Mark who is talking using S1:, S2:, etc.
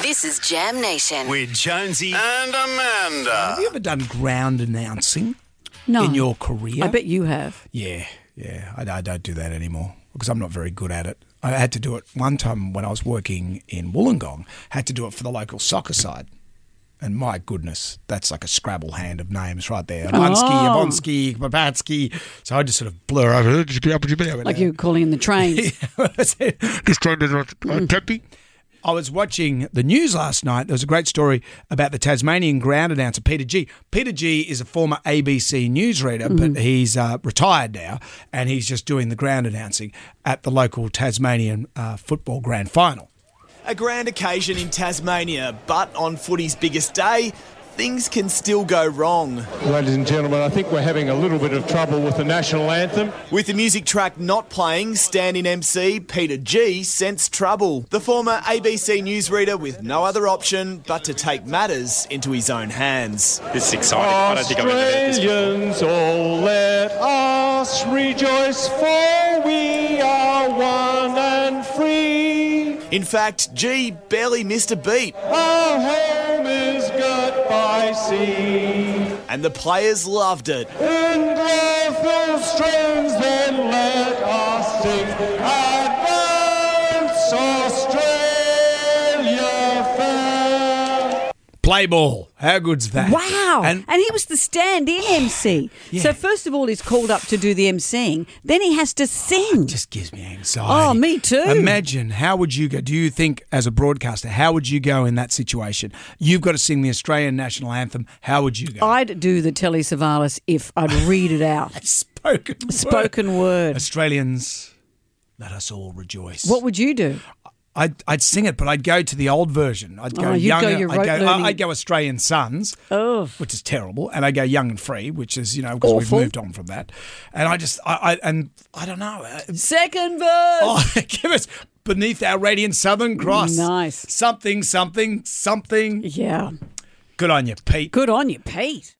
S1: This is Jam Nation.
S2: with Jonesy.
S3: and Amanda.
S4: Have you ever done ground announcing
S5: No.
S4: in your career?
S5: Oh. I bet you have.
S4: Yeah, yeah. I, I don't do that anymore because I'm not very good at it. I had to do it one time when I was working in Wollongong. Had to do it for the local soccer side. And my goodness, that's like a Scrabble hand of names right there. Bunsky,
S5: Oh.
S4: Yabonsky, Babatsky. So I just sort of blur over. Just get up with your
S5: Like you were calling in the train.
S4: Just trying to Mm. I was watching the news last night. There was a great story about the Tasmanian ground announcer Peter G. Peter G is a former ABC newsreader,
S5: Mm.
S4: but he's uh, retired now, and he's just doing the ground announcing at the local Tasmanian uh, football grand final.
S6: A grand occasion in Tasmania, but on footy's biggest day, things can still go wrong.
S7: Ladies and gentlemen, I think we're having a little bit of trouble with the national anthem.
S6: With the music track not playing, standing MC Peter G sensed trouble. The former ABC newsreader with no other option but to take matters into his own hands.
S8: It's exciting. I don't think I've ever heard this.
S7: Australians, all let us rejoice, for we are one and free.
S6: In fact, G barely missed a beat,
S7: Our home is good by sea.
S6: and the players loved it.
S7: In joyful strains, then let us sing. Advance, Australia fair.
S4: Play ball. How good's that?
S5: Wow. And,
S4: And
S5: he was the stand in MC. So, first of all, he's called up to do the MCing. Then he has to sing.
S4: just gives me anxiety.
S5: Oh, me too.
S4: Imagine how would you go? Do you think, as a broadcaster, how would you go in that situation? You've got to sing the Australian national anthem. How would you go?
S5: I'd do the Telly Savalas if I'd read it out.
S4: spoken word.
S5: Spoken word.
S4: Australians, let us all rejoice.
S5: What would you do?
S4: I'd, I'd sing it, but I'd go to the old version. I'd go
S5: Oh, you'd go
S4: younger.
S5: your
S4: I'd,
S5: rote
S4: go,
S5: learning.
S4: I'd go Australian Sons, which is terrible, and I go Young and Free, which is you know because we've
S5: Awful.
S4: moved on from that. And I just I, I and I don't know. uh,
S5: Second verse.
S4: Oh, give us beneath our radiant Southern Cross.
S5: Nice.
S4: Something, something, something.
S5: Yeah.
S4: Good on you, Pete.
S5: Good on you, Pete.